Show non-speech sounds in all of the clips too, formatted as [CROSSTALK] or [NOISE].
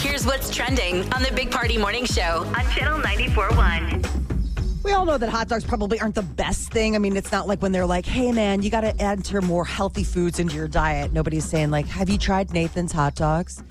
Here's what's trending on the Big Party Morning Show on Channel 941. We all know that hot dogs probably aren't the best thing. I mean, it's not like when they're like, hey, man, you got to enter more healthy foods into your diet. Nobody's saying, like, have you tried Nathan's hot dogs?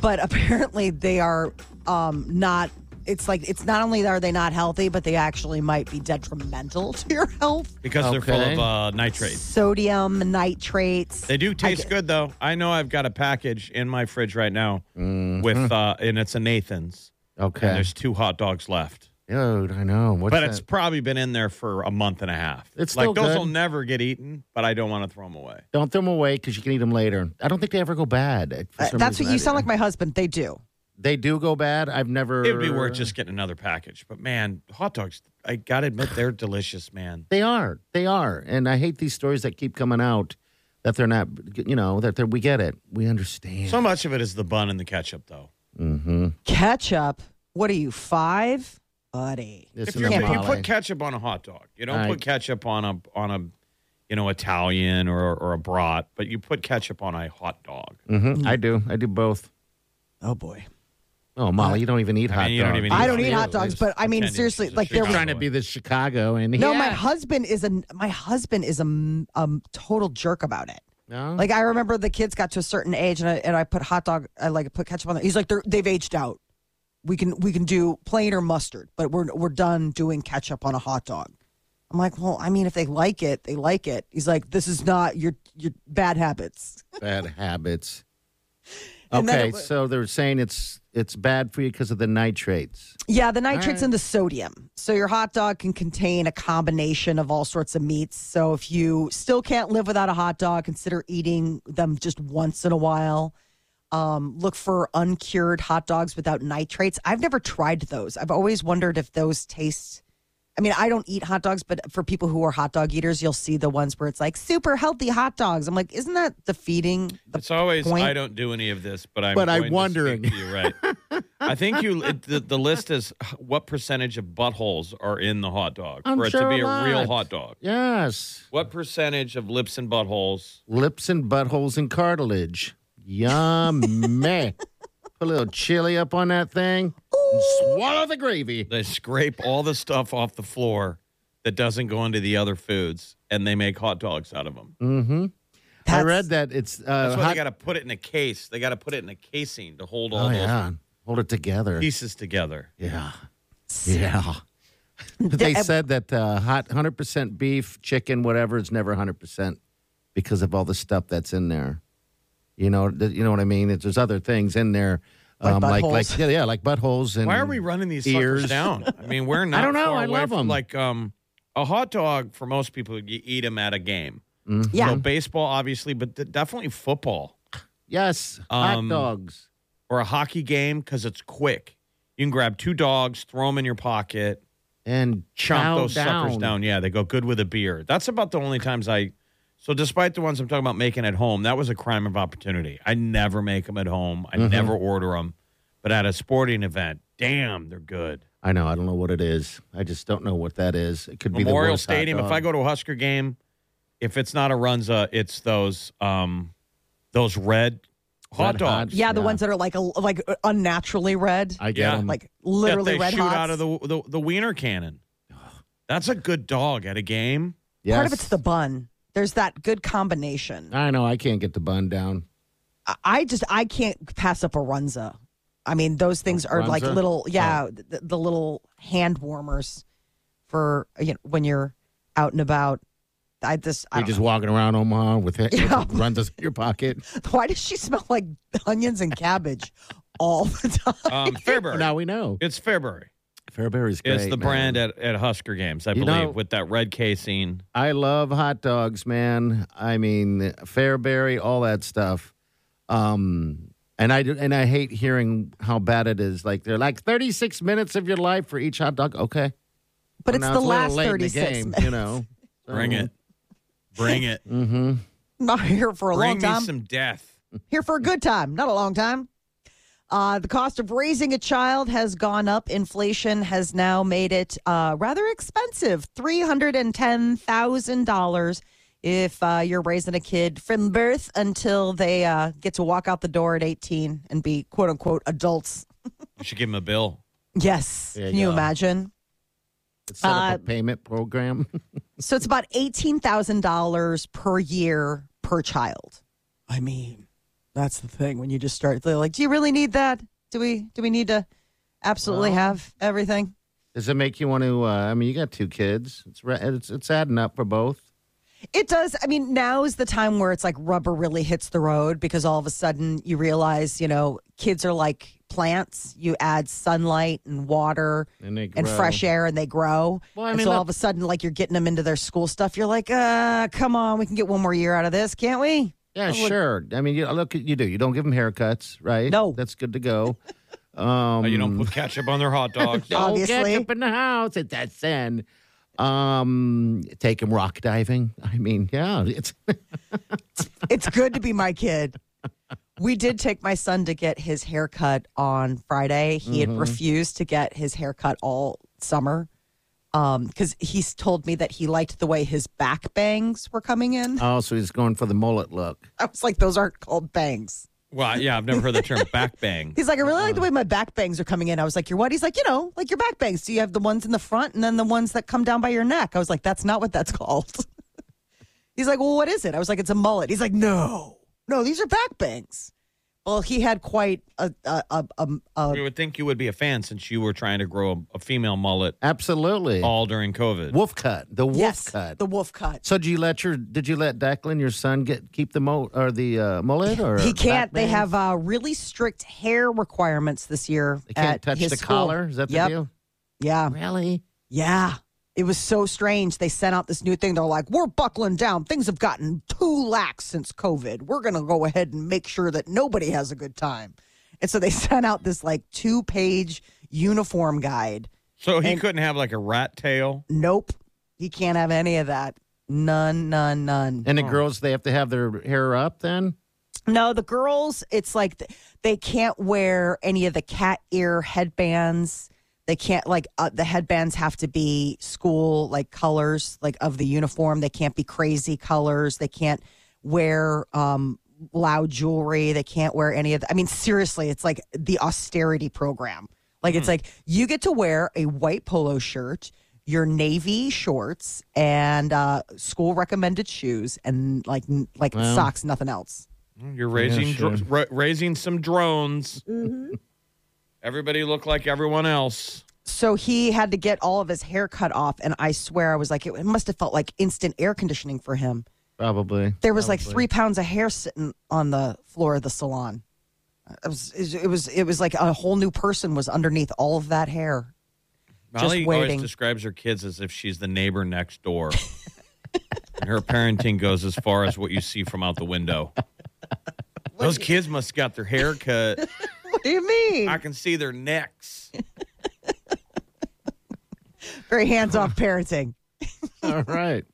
But [LAUGHS] apparently they are um, not. It's like it's not only are they not healthy, but they actually might be detrimental [LAUGHS] to your health. because they're full Okay. of uh, nitrates. Sodium, nitrates. They do taste good though. I know I've got a package in my fridge right now with uh, and it's a Nathan's. And Mm-hmm. Okay. there's two hot dogs left. Dude, I know. What's but that? it's probably been in there for a month and a half. It's like still those good. will never get eaten, but I don't want to throw them away. Don't throw them away because you can eat them later. I don't think they ever go bad. uh, for Uh, some that's what you reason. I- sound like my husband. They do. They do go bad. I've never. It would be worth just getting another package. But man, hot dogs, I got to admit, they're delicious, man. They are. They are. And I hate these stories that keep coming out that they're not, you know, that they're, we get it. We understand. So much of it is the bun and the ketchup, though. mm-hmm. Ketchup. What are you, five? Buddy. if you're, another you put ketchup on a hot dog, you don't I- put ketchup on a on a you know Italian or or a brat, but you put ketchup on a hot dog. hmm I do. I do both. Oh, boy. Oh, Molly, you don't even eat hot mean, you dogs. don't even I eat don't Yeah, eat hot it's dogs, but I mean, pretending seriously, she's a like there chicken. was trying to be this Chicago and No, yeah. my husband is a my husband is a, m- a m- total jerk about it. No? Like I remember the kids got to a certain age, and I and I put hot dog, I like put ketchup on there. He's like, They're, they've aged out. We can we can do plain or mustard, but we're we're done doing ketchup on a hot dog. I'm like, well, I mean, if they like it, they like it. He's like, this is not your your bad habits. bad habits. And then Okay, it wa- so they're saying it's it's bad for you because of the nitrates. Yeah, the nitrates and the sodium. So your hot dog can contain a combination of all sorts of meats. So if you still can't live without a hot dog, consider eating them just once in a while. Um, look for uncured hot dogs without nitrates. I've never tried those. I've always wondered if those taste. I mean, I don't eat hot dogs, but for people who are hot dog eaters, you'll see the ones where it's like super healthy hot dogs. I'm like, isn't that defeating? The, It's always point- I don't do any of this, but I'm. But I'm going wondering. To speak to you, right? I [LAUGHS] think you. It, the, the list is what percentage of buttholes are in the hot dog I'm for it to sure be a a, real lot. hot dog. Yes, What percentage of lips and buttholes? lips and buttholes and cartilage. [LAUGHS] Yummy. Put a little chili up on that thing. And swallow the gravy. They scrape all the stuff off the floor that doesn't go into the other foods, and they make hot dogs out of them. Mm-hmm. I That's- read that it's uh, That's why hot. they got to put it in a case. They got to put it in a casing to hold all oh those yeah, hold it together. pieces together. yeah, [LAUGHS] yeah. they said that uh, hot 100% beef, chicken, whatever is never 100% because of all the stuff that's in there. You know, th- you know what I mean. It's, there's other things in there, um, Like like buttholes. like yeah, yeah, like buttholes and Why are we running these ears. suckers down? I mean, [LAUGHS] we're not. don't know. far I away love from, 'em. Like um, a hot dog for most people, you eat them at a game. Mm-hmm. yeah. So baseball, obviously, but th- definitely football Yes, Um, hot dogs. or a hockey game because it's quick. You can grab two dogs, throw them in your pocket, and chomp chow those suckers down. Yeah, they go good with a beer. That's about the only times I. So, despite the ones I'm talking about making at home, that was a crime of opportunity. I never make them at home. I Mm-hmm. never order them. But at a sporting event, damn, they're good. I know. I don't know what it is. I just don't know what that is. It could be the Memorial worst hot Stadium. If dog. I go to a Husker game, if it's not a Runza, it's those um, those red hot Red hot- dogs. Yeah, the Yeah. ones that are like a, like unnaturally red, I get um, Yeah. 'em. like that literally they red shoot hot. out of the, the the wiener cannon. That's a good dog at a game. yes. Part of it's the bun. There's that good combination. I know. I can't get the bun down. I- I just I can't pass up a runza. I mean, those things are like Runza? Oh. little yeah, the, the little hand warmers for you know when you're out and about. I just I You're don't just walking around Omaha with it. [LAUGHS] Yeah. runs us in your pocket. know. [LAUGHS] why does she smell like onions and cabbage all the [LAUGHS] time? [LAUGHS] Um, Fairbury. Now we know. It's Fairbury. Fairbury's great. It's the man. brand at, at Husker games, I You believe, know- with that red casing. I love hot dogs, man. I mean, Fairberry, all that stuff. Um, And I do- and I hate hearing how bad it is. Like they're like 36 minutes of your life for each hot dog. Okay, But Well, it's Oh, now the a little last late in the 36 game, minutes. You know, Bring Uh-huh. it. Bring [LAUGHS] it. I'm [LAUGHS] not here for a long Bring me time. some death. here for a good time, not a long time. Uh, the cost of raising a child has gone up. Inflation has now made it uh, rather expensive $310,000 if uh, you're raising a kid from birth until they uh, get to walk out the door at 18 and be quote unquote adults. You should give him a bill. Yes. There you Can you go. imagine? Let's set up Uh, a payment program. [LAUGHS] So it's about $18,000 per year per child. I mean, that's the thing when you just start they're like, "Do you really need that? Do we do we need to absolutely have everything?" Does it make you want to? Uh, I mean, you got two kids. It's re- it's it's adding up for both. It does. I mean, now is the time where it's like rubber really hits the road because all of a sudden you realize, you know, kids are like plants. You add sunlight and water And they and grow. fresh air and they grow. Well, I and mean, so all look- of a sudden, like you're getting them into their school stuff. You're like, uh, come on, we can get one more year out of this, can't we? Yeah, sure. I mean, you, look, you do. You don't give them haircuts, right? No. that's good to [LAUGHS] go. Oh, you Um. don't put ketchup on their [LAUGHS] hot dogs. Don't Obviously. get up in the house at that sin. Um, take him rock diving. I mean, yeah, it's [LAUGHS] it's good to be my kid. We did take my son to get his haircut on Friday. He had refused to get his haircut all summer because he's told me that he liked the way his back bangs were coming in. oh, so he's going for the mullet look. I was like, those aren't called bangs. well, yeah, I've never heard [LAUGHS] the term back bang. He's like, I really like the Uh-huh. way my back bangs are coming in. I was like, your what? He's like, you know, like your back bangs. So you have the ones in the front and then the ones that come down by your neck. I was like, that's not what that's [LAUGHS] called. He's like, well, what is it? I was like, it's a mullet. He's like, no, no, these are back bangs. Well, he had quite a a a, a, a You would think you would be a fan since you were trying to grow a, a female mullet Absolutely, all during COVID. wolf cut. The wolf yes, cut. the wolf cut. so, did you let your did you let Declan your son get keep the mo or the uh, mullet or He can't. back They bang? have uh, really strict hair requirements this year. They can't at touch his the school. collar. Is that the Yep. deal? Yeah. Really? Yeah. It was so strange. They sent out this new thing. They're like, we're buckling down. Things have gotten too lax since COVID. We're going to go ahead and make sure that nobody has a good time. And so they [LAUGHS] sent out this like two page uniform guide. so he couldn't have like a rat tail. Nope. He can't have any of that. None, none, none. And the girls, they have to have their hair up then. No, the girls, it's like th- they can't wear any of the cat ear headbands. They can't like uh, the headbands have to be school like colors like of the uniform. They can't be crazy colors. They can't wear um loud jewelry. They can't wear any of the, I mean seriously, it's like the austerity program. Like it's like you get to wear a white polo shirt, your navy shorts and uh school recommended shoes and like n- like socks, nothing else. You're raising sure. dr- ra- raising some drones. Everybody look like everyone else. so he had to get all of his hair cut off and i swear i was like it, it must have felt like instant air conditioning for him [LAUGHS] Probably. there was like three pounds of hair sitting on the floor of the salon it was it was it was like a whole new person was underneath all of that hair [LAUGHS] Just Molly waiting. always describes her kids as if she's the neighbor next door. [LAUGHS] and her parenting goes as far as what you see from out the [LAUGHS] window. Those kids must got their hair cut. what do you mean I can see their necks. very hands-off parenting All right.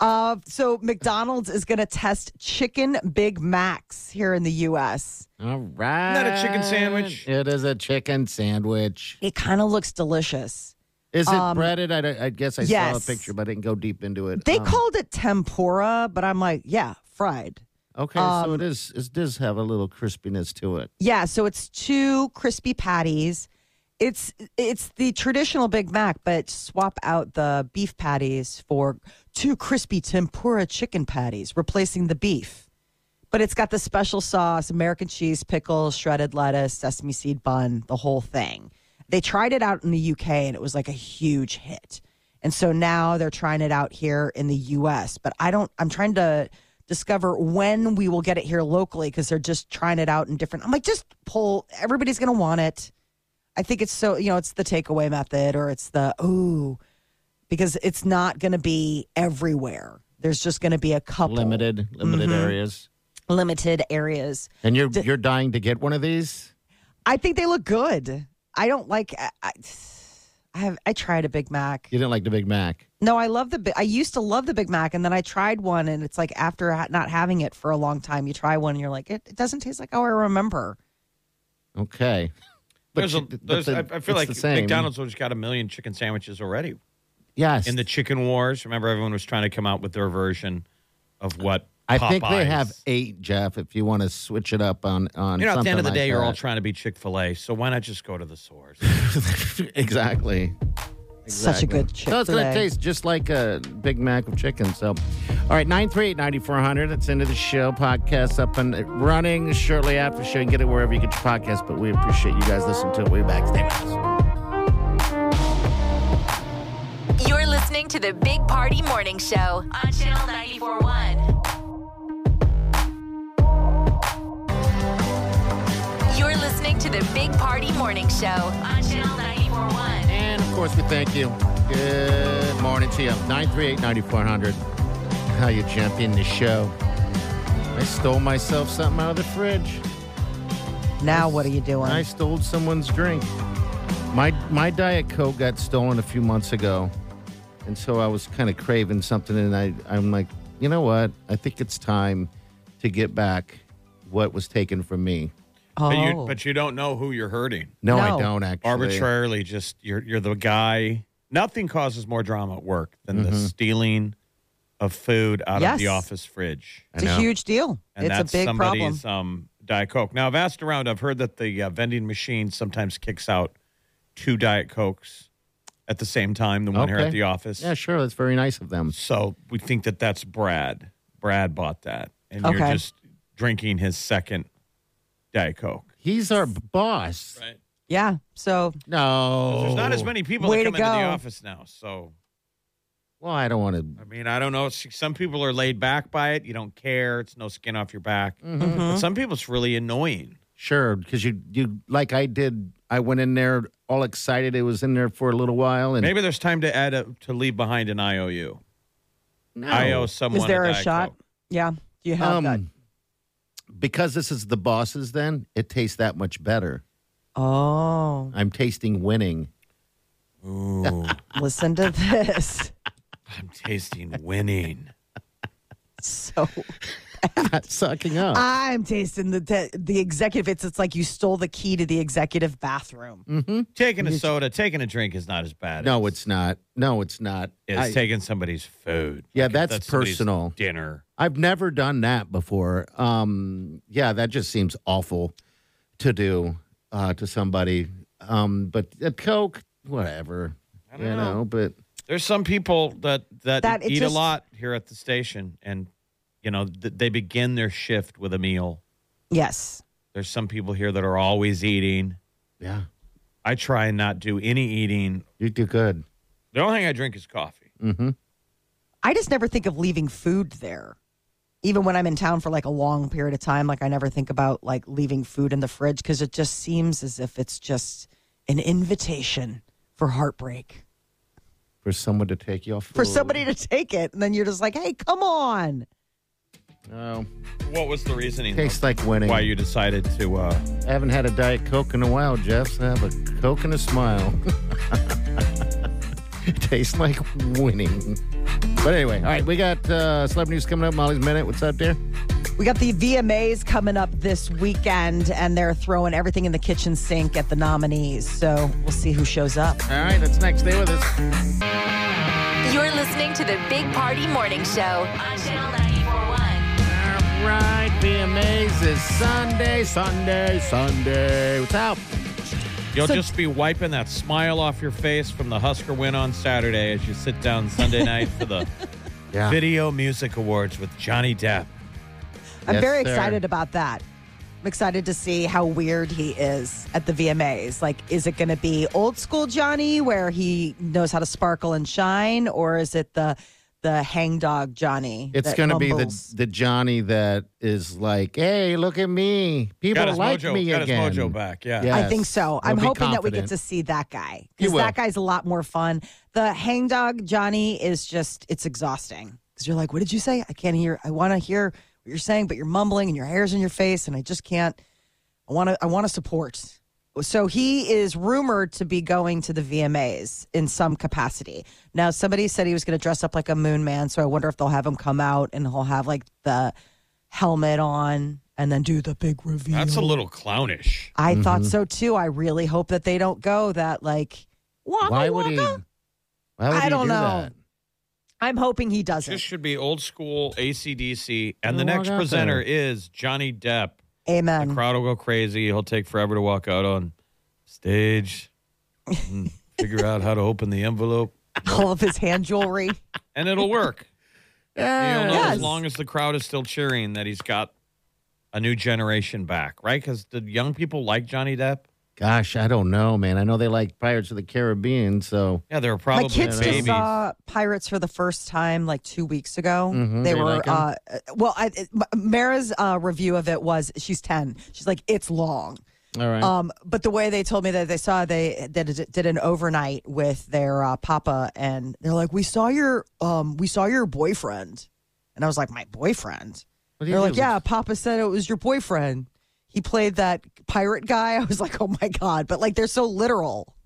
Uh, so McDonald's is going to test chicken Big Macs here in the U.S. All right. Isn't that a chicken sandwich? It is a chicken sandwich. It kind of looks delicious. Is it breaded? I, don't- I guess I Um, yes. saw a picture, but I didn't go deep into it. They Um, called it tempura, but I'm like, yeah, fried. Okay, um, so it is. It does have a little crispiness to it. Yeah, so it's two crispy patties. It's it's the traditional Big Mac, but swap out the beef patties for two crispy tempura chicken patties, replacing the beef. But it's got the special sauce, American cheese, pickles, shredded lettuce, sesame seed bun, the whole thing. They tried it out in the UK and it was like a huge hit. And so now they're trying it out here in the US, but I don't I'm trying to discover when we will get it here locally because they're just trying it out in different I'm like just pull everybody's going to want it. I think it's so, you know, it's the takeaway method or it's the, ooh, because it's not going to be everywhere. There's just going to be a couple. Mm-hmm. Limited, limited areas. limited areas. And you're you're dying to get one of these? I think they look good. I don't like. I, I, I have. I tried a Big Mac. You didn't like the Big Mac. No, I love the. Bi- I used to love the Big Mac, and then I tried one, and it's like after ha- not having it for a long time, you try one, and you're like, it, it doesn't taste like how I remember. Okay. There's a, you- but there's, the- I I feel it's like the same. McDonald's has got a million chicken sandwiches already. Yes. In the chicken wars, remember everyone was trying to come out with their version of what I think they Popeyes- have eight, Jeff. If you want to switch it up on on You know, at the something end of the like day, you're all that. trying to be Chick Fil A, so why not just go to the source? [LAUGHS] exactly. Such a Exactly. good chick. So it's going to taste just like a Big Mac of chicken. So, all right, 938 9400. That's into the show. Podcast up and running shortly after the show. You can get it wherever you get your podcast, but we appreciate you guys listening to it. We'll be back. Stay with us. You're listening to the Big Party Morning Show on Channel 941. You're listening to the Big Party Morning Show on Channel 941. And of course, we thank you. Good morning to you. 938 9400. How you jump in the show. I stole myself something out of the fridge. Now what are you doing? I stole someone's drink. My my diet coke got stolen a few months ago, and so I was kind of craving something, and I I'm like, you know what? I think it's time to get back what was taken from me. oh, but, you, but you don't know who you're hurting. No, No. I don't actually. Arbitrarily, just you're you're the guy. Nothing causes more drama at work than the stealing of food out of the Mm-hmm. Yes. office fridge. I it's a know. huge deal. and it's a that's big problem. somebody's um, Diet Coke. Now, I've asked around. I've heard that the uh, vending machine sometimes kicks out two Diet Cokes at the same time, the one here Okay. at the office. Yeah, sure. That's very nice of them. So we think that that's Brad. Brad bought that, and you're Okay. just drinking his second Diet Coke. He's our boss. Right. Yeah. So No, There's not as many people Oh. Way that to come into the go. office now. So, Well, I don't want to. I mean, I don't know. S- Some people are laid back by it. You don't care. It's no skin off your back. Mm-hmm. But some people, it's really annoying. Sure, because you you like I did. I went in there all excited. It was in there for a little while, and Maybe there's time to add a, to leave behind an IOU. No. I owe someone. Oh. is there a Diet shot? Coke. Yeah. Do you have that? Um, because this is the bosses then it tastes that much better Oh, i'm tasting winning listen to [LAUGHS] this. I'm tasting winning. So not sucking up I'm tasting the the, the executive. It's it's like you stole the key to the executive bathroom. taking a soda, taking a drink is not as bad. no as, it's not no it's not as I, taking somebody's food. Yeah, if that's somebody's personal. Dinner. i've never done that before um yeah that just seems awful to do uh to somebody um but a coke whatever I don't you know. but There's some people that that, That it eat just- a lot here at the station, and you know th- they begin their shift with a meal. Yes. There's some people here that are always eating. yeah I try and not do any eating. you do good The only thing I drink is coffee. mm-hmm I just never think of leaving food there. Even when I'm in town for like a long period of time, like I never think about like leaving food in the fridge because it just seems as if it's just an invitation for heartbreak. for someone to take you off For somebody to take it, and then you're just like, hey, come on. oh What was the reasoning? though, tastes like winning why you decided to? uh I haven't had a Diet Coke in a while, Jeff. So I have a Coke and a smile. [LAUGHS] Tastes like winning. But anyway, all right, we got uh, celebrity news coming up. Molly's Minute. What's up there? We got the VMAs coming up this weekend, and they're throwing everything in the kitchen sink at the nominees. So we'll see who shows up. All right, that's next. Stay with us. You're listening to the Big Party Morning Show on Channel 941. All right, VMAs is Sunday, Sunday, Sunday. What's up? You'll So- just be wiping that smile off your face from the Husker win on Saturday as you sit down Sunday night for the [LAUGHS] Yeah. Video Music Awards with Johnny Depp. I'm Yes, very sir. excited about that. I'm excited to see how weird he is at the VMAs. Like, is it going to be old school Johnny, where he knows how to sparkle and shine, or is it the the hangdog Johnny? It's that going to be the, mumbles? the Johnny that is like, hey, look at me. People got his like mojo, me got again. his mojo back. Yeah. Yeah. I think so. He'll I'm be hoping that we get confident. to see that guy He because will. that guy's a lot more fun. The hangdog Johnny is just it's exhausting because you're like, what did you say? I can't hear. I want to hear what you're saying, but you're mumbling and your hair's in your face, and I just can't. I want to. I want to support. So he is rumored to be going to the VMAs in some capacity. Now, somebody said he was going to dress up like a moon man, so I wonder if they'll have him come out and he'll have like the helmet on and then do the big reveal. That's a little clownish. I thought Mm-hmm. so too. I really hope that they don't go that like waka Why would waka. he? Why would I he don't do know. that? I'm hoping he doesn't. This should be old school ACDC. And the Walk next out presenter there. is Johnny Depp. The Amen. crowd will go crazy. He'll take forever to walk out on stage and figure out how to open the envelope. [LAUGHS] All of his hand [LAUGHS] jewelry. And it'll work. Yeah. You'll know Yes. as long as the crowd is still cheering that he's got a new generation back, right? Because the young people like Johnny Depp. Gosh, I don't know, man. I know they like Pirates of the Caribbean, so Yeah, they're My probably kids babies. just saw Pirates for the first time like two weeks ago. Mhm. They They were like 'em? uh, well. I, it- M- Mara's uh, review of it was she's ten. She's like it's long. all right. Um, but the way they told me that they saw they that it did an overnight with their uh, papa, and they're like, "We saw your um, we saw your boyfriend," and I was like, "My boyfriend." What do you They're like, do? yeah, Papa said it was your boyfriend. He played that pirate guy. [LAUGHS] I was like, oh my God. But like, they're so literal. [LAUGHS]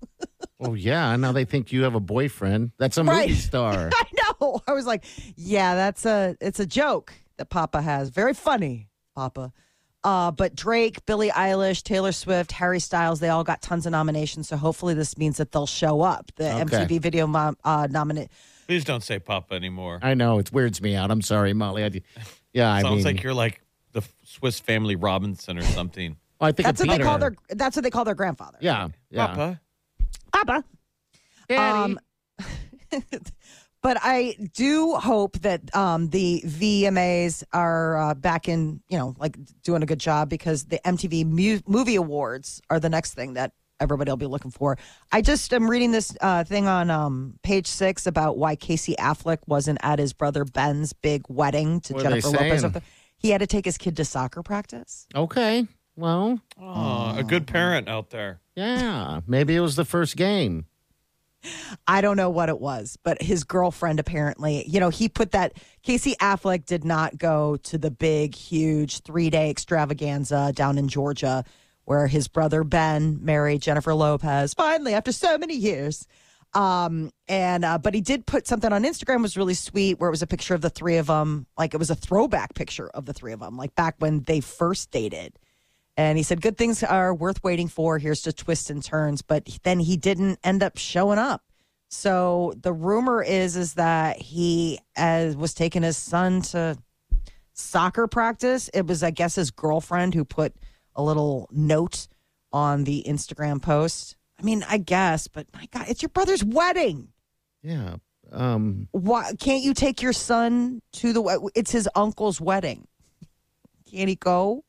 Oh yeah, now they think you have a boyfriend. That's [LAUGHS] a Right. movie star. I know. I was like, yeah, that's a, it's a joke that Papa has. Very funny, Papa. Uh, but Drake, Billie Eilish, Taylor Swift, Harry Styles, they all got tons of nominations. So hopefully this means that they'll show up. The Okay. MTV Video Mom, uh, nominate. Please don't say Papa anymore. I know it weirds me out. I'm sorry, Molly. I, d- yeah, I Sounds mean, like you're like the Swiss Family Robinson or something. Oh, I think That's of what they Peter. call their, that's what they call their grandfather. Yeah, yeah. Papa. Papa. Um, Daddy. but I do hope that um, the VMAs are uh, back in, you know, like doing a good job because the MTV mu- Movie Awards are the next thing that everybody will be looking for. I just am reading this uh, thing on um, page six about why Casey Affleck wasn't at his brother Ben's big wedding to What are they Jennifer Lopez. saying? up there. He had to take his kid to soccer practice. okay. Well, Oh, a good parent out there. yeah. Maybe it was the first game. I don't know what it was, but his girlfriend apparently, you know, he put that Casey Affleck did not go to the big, huge three day extravaganza down in Georgia where his brother Ben married Jennifer Lopez finally after so many years. Um, and uh, but he did put something on Instagram was really sweet where it was a picture of the three of them, like it was a throwback picture of the three of them, like back when they first dated. And he said, Good things are worth waiting for. Here's to twists and turns. But then he didn't end up showing up. So the rumor is is that he uh, was taking his son to soccer practice. It was, I guess, his girlfriend who put a little note on the Instagram post. I mean, I guess, but my God, it's your brother's wedding. Yeah. Um. Why can't you take your son to the? we- It's his uncle's wedding. Can't he go?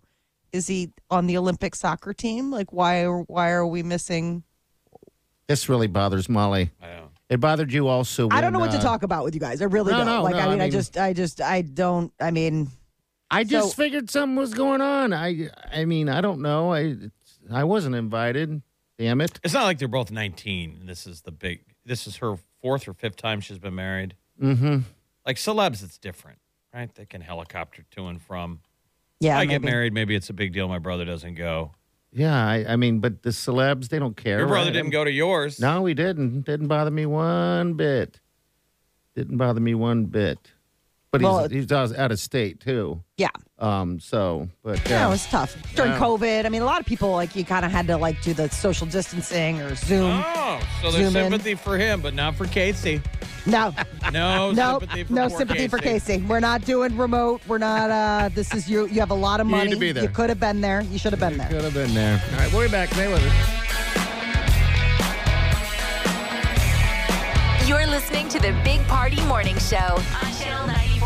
Is he on the Olympic soccer team? Like, why? Why are we missing? This really bothers Molly. I know. It bothered you also. I don't when, know what to uh, talk about with you guys. I really No, don't. no, like, no, I, I mean, I mean- just, I just, I don't. I mean, I just So- figured something was going on. I. I mean, I don't know. I. it's- I wasn't invited. Damn it. It's not like they're both 19. and This is the big, this is her fourth or fifth time she's been married. Mm-hmm. Like celebs, it's different, right? They can helicopter to and from. yeah. I get maybe. married. Maybe it's a big deal. My brother doesn't go. Yeah. I, I mean, but the celebs they don't care. Your brother right? didn't go to yours. No, he didn't. Didn't bother me one bit. Didn't bother me one bit. But Well, he's, he's out out of state too. Yeah, Um. So, but you know, yeah. it was tough during Yeah. COVID. I mean, a lot of people like you kind of had to like do the social distancing or Zoom. Oh, so there's Zoom in. sympathy for him, but not for Casey. No, [LAUGHS] No no, sympathy for no poor sympathy for Casey. We're not doing remote. We're not. uh This is you. You have a lot of You need money. to be there. You could have been there. You should have been there. Could have been there. All right, we'll be back. Stay with us. You're listening to the Big Party Morning Show on Channel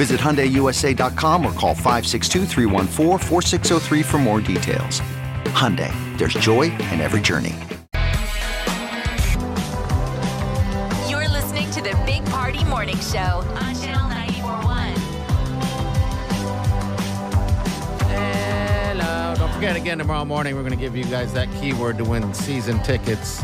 Visit HyundaiUSA.com or call 562-314-4603 for more details. Hyundai, there's joy in every journey. You're listening to the Big Party Morning Show on Channel 941. Hello. Don't forget again tomorrow morning we're going to give you guys that keyword to win season tickets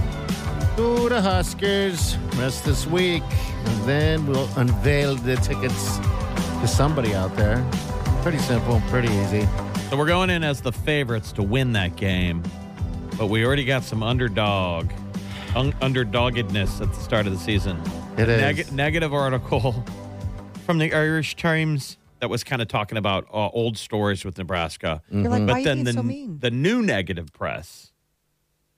to the Huskers. Rest this week, and then we'll unveil the tickets to somebody out there. Pretty simple, pretty easy. So we're going in as the favorites to win that game, but we already got some underdog, un- underdoggedness at the start of the season. It is. Neg- negative article [LAUGHS] from the Irish Times that was kind of talking about uh, old stories with Nebraska. You're like, why But are you then being the, so mean? the new negative press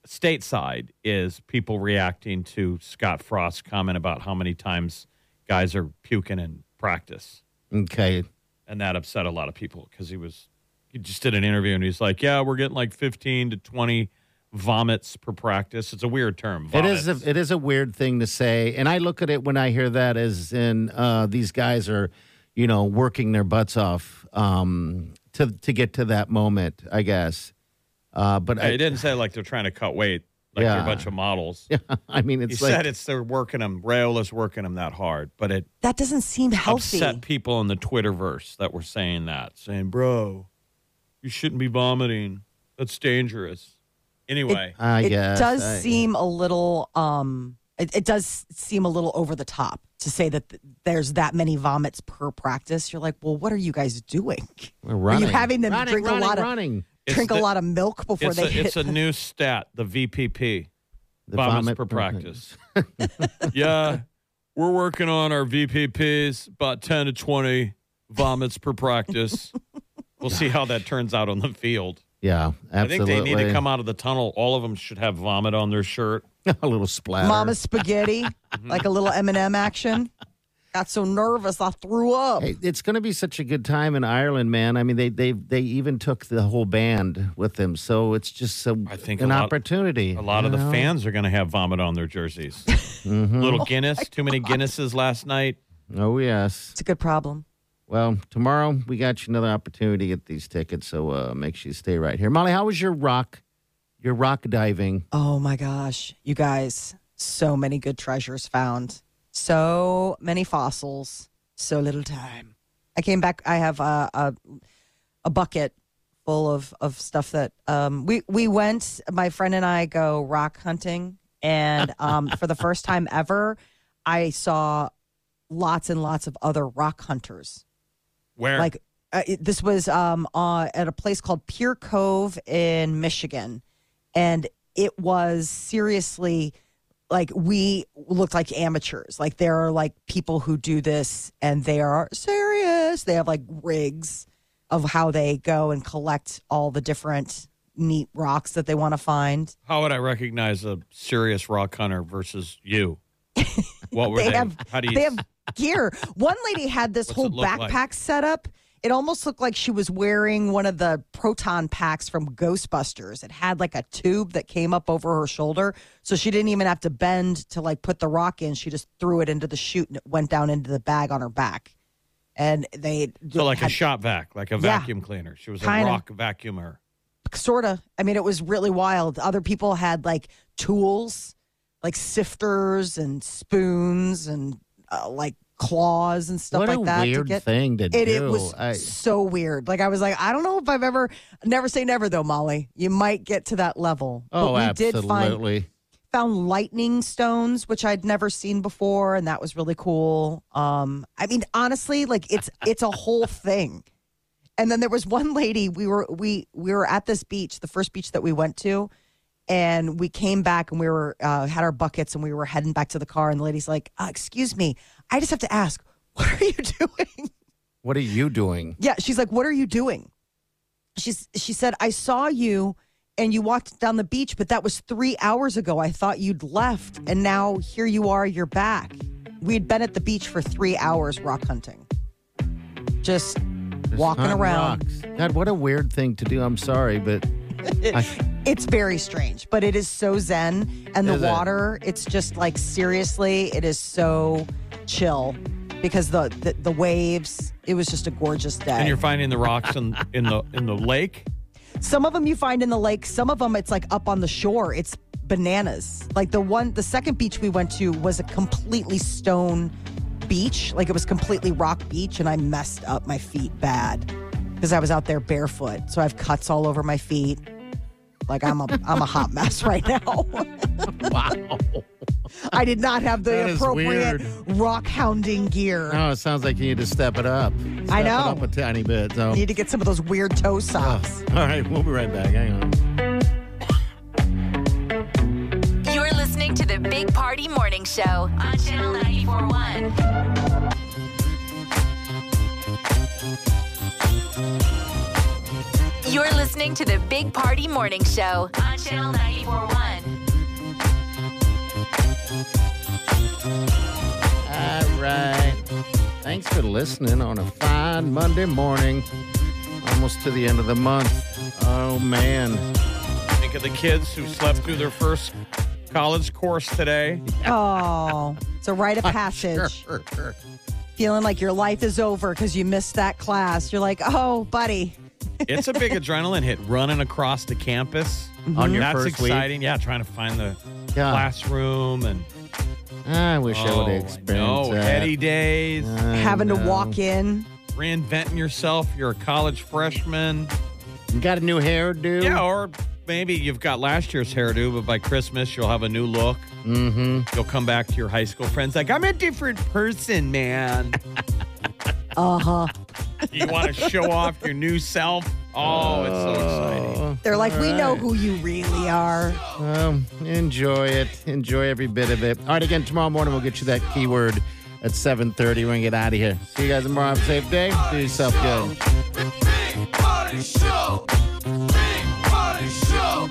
stateside is people reacting to Scott Frost's comment about how many times guys are puking in practice. Okay. And that upset a lot of people because he was, he just did an interview and he's like, yeah, we're getting like 15 to 20 vomits per practice. It's a weird term. It is vomits. a, it is a weird thing to say, and I look at it when I hear that as in uh, these guys are, you know, working their butts off um, to to get to that moment, I guess. Uh, but He I, didn't say like they're trying to cut weight, like they're Yeah. a bunch of models. [LAUGHS] I mean, it's he like said it's they're working them. Rayola's working them that hard, but it That doesn't seem healthy. upset people in the Twitterverse that were saying that, saying, "Bro, you shouldn't be vomiting. That's dangerous." Anyway, I it guess does I- seem a little um it, it does seem a little over the top to say that th- there's that many vomits per practice you're like well what are you guys doing are We're you running. having them Running, drink running, a lot running. of [LAUGHS] It's drink a the- lot of milk before it's they a, hit it's a new stat, the VPP, The vomits vomit per practice. [LAUGHS] yeah, we're working on our VPPs, about ten to twenty vomits per [LAUGHS] practice. We'll see how that turns out on the field. Yeah, absolutely. I think they need to [LAUGHS] come out of the tunnel. All of them should have vomit on their shirt. a little splatter. mama [LAUGHS] spaghetti Mm-hmm. like a little m&m action got so nervous i threw up Hey, it's going to be such a good time in Ireland, man. I mean, they they they even took the whole band with them, so it's just a, I think an a lot- opportunity. A lot you of the know? fans are going to have vomit on [LAUGHS] their jerseys. Mm-hmm. Oh Little Guinness, too many Guinnesses last night. Oh yes. it's a good problem Well, tomorrow we got you another opportunity to get these tickets, so uh, make sure you stay right here. Molly, how was your rock? Your rock diving? Oh my gosh, you guys, so many good treasures found. So many fossils, so little time. I came back I have a a, a bucket full of of stuff that um we we went my friend and I go rock hunting and um for the first time ever I saw lots and lots of other rock hunters Where? like uh, it- this was um uh, at a place called Pier Cove in Michigan, and it was seriously like we looked like amateurs. Like there are like people who do this, and they are serious. They have like rigs of how they go and collect all the different neat rocks that they want to find. how would I recognize a serious rock hunter versus [LAUGHS] you? What were they? they have how do you? they have gear. One lady had this What's whole it look backpack like? set up. It almost looked like she was wearing one of the proton packs from Ghostbusters. It had like a tube that came up over her shoulder, so she didn't even have to bend to like put the rock in. She just threw it into the chute and it went down into the bag on her back. And they so like a had- shop vac, like a vacuum cleaner. She was a Kinda. rock vacuumer. sort of. I mean, it was really wild. Other people had like tools, like sifters and spoons and uh, like claws and stuff what like a that. weird to get. thing to It, do. it was I- so weird. Like I was like, I don't know if I've ever. Never say never though, Molly. You might get to that level. oh, we absolutely. did find found lightning stones, which I'd never seen before, and that was really cool. Um, I mean, honestly, like it's it's a whole thing. And then there was one lady we were we we were at this beach, the first beach that we went to, and we came back and we were uh, had our buckets and we were heading back to the car, and the lady's like, uh, "Excuse me, I just have to ask, [LAUGHS] what are you doing?" What are you doing? Yeah, she's like, "What are you doing?" She's she said, "I saw you and you walked down the beach, but that was three hours ago. I thought you'd left, and now here you are. You're back. We'd been at the beach for three hours rock hunting, just Just walking hunt around. rocks. God, what a weird thing to do. I'm sorry, but I, It's very strange, but it is so zen. And the Is it? water, it's just like seriously, it is so chill because the the, the waves. It was just a gorgeous day. And you're finding the rocks in, in the in the lake. Some of them you find in the lake. Some of them it's like up on the shore. It's bananas. Like the one, the second beach we went to was a completely stone beach. Like it was completely rock beach, and I messed up my feet bad because I was out there barefoot. So I have cuts all over my feet. Like I'm a I'm a hot mess [LAUGHS] right now. [LAUGHS] wow. I did not have the That is Oh. appropriate rock hounding gear. No, it sounds like you need to step it up. Step I it know. up a tiny bit. So. Need to get some of those weird toe socks. [LAUGHS] All right, we'll be right back. Hang on. You're listening to the Big Party Morning Show on Channel 941. You're listening to the Big Party Morning Show on Channel 941. All right. Thanks for listening on a fine Monday morning, almost to the end of the month. Oh, man. Think of the kids who slept through their first college course today. Oh, it's a [LAUGHS] rite of passage. feeling like your life is over because you missed that class. You're like, oh, buddy. It's a big adrenaline hit running across the campus. On your Mm-hmm. That's first exciting. Yeah, trying to find the Yeah. classroom and Oh, week. I wish Oh, I would have experienced no that. Uh, heady days, I Having to know. walk in. reinventing yourself. You're a college freshman. You got a new hairdo? Yeah, or maybe you've got last year's hairdo, but by Christmas you'll have a new look. Mm-hmm. You'll come back to your high school friends like, I'm a different person, man. Uh huh. Uh-huh. you want to show off your new self. Oh, it's so exciting. They're like, we know who you really are. Oh, Um, enjoy it. Enjoy every bit of it. All right, again, tomorrow morning we'll get you that keyword at 7.30. We're going to get out of here. See you guys tomorrow. Have a safe day. Do yourself good. Big Party Show. Big Party Show.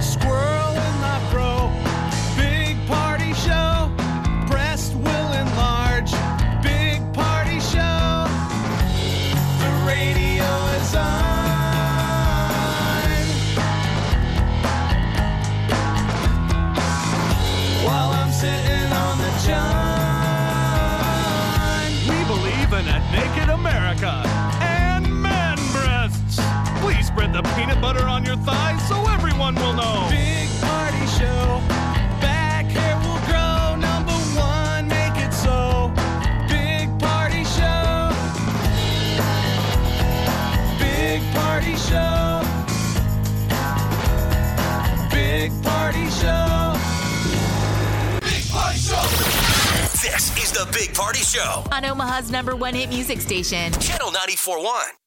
Squirrel in my bro. Big Party Show. Breast will enlarge. Big Party Show. The radio is on. while I'm sitting on the john. We believe in a naked America and man breasts. Please spread the peanut butter on your thighs so everyone will know. Big party show. Back hair will grow. Number one, make it so. Big party show. Big party show. Big party show. This is the Big Party Show, On Omaha's number one hit music station. Channel 941.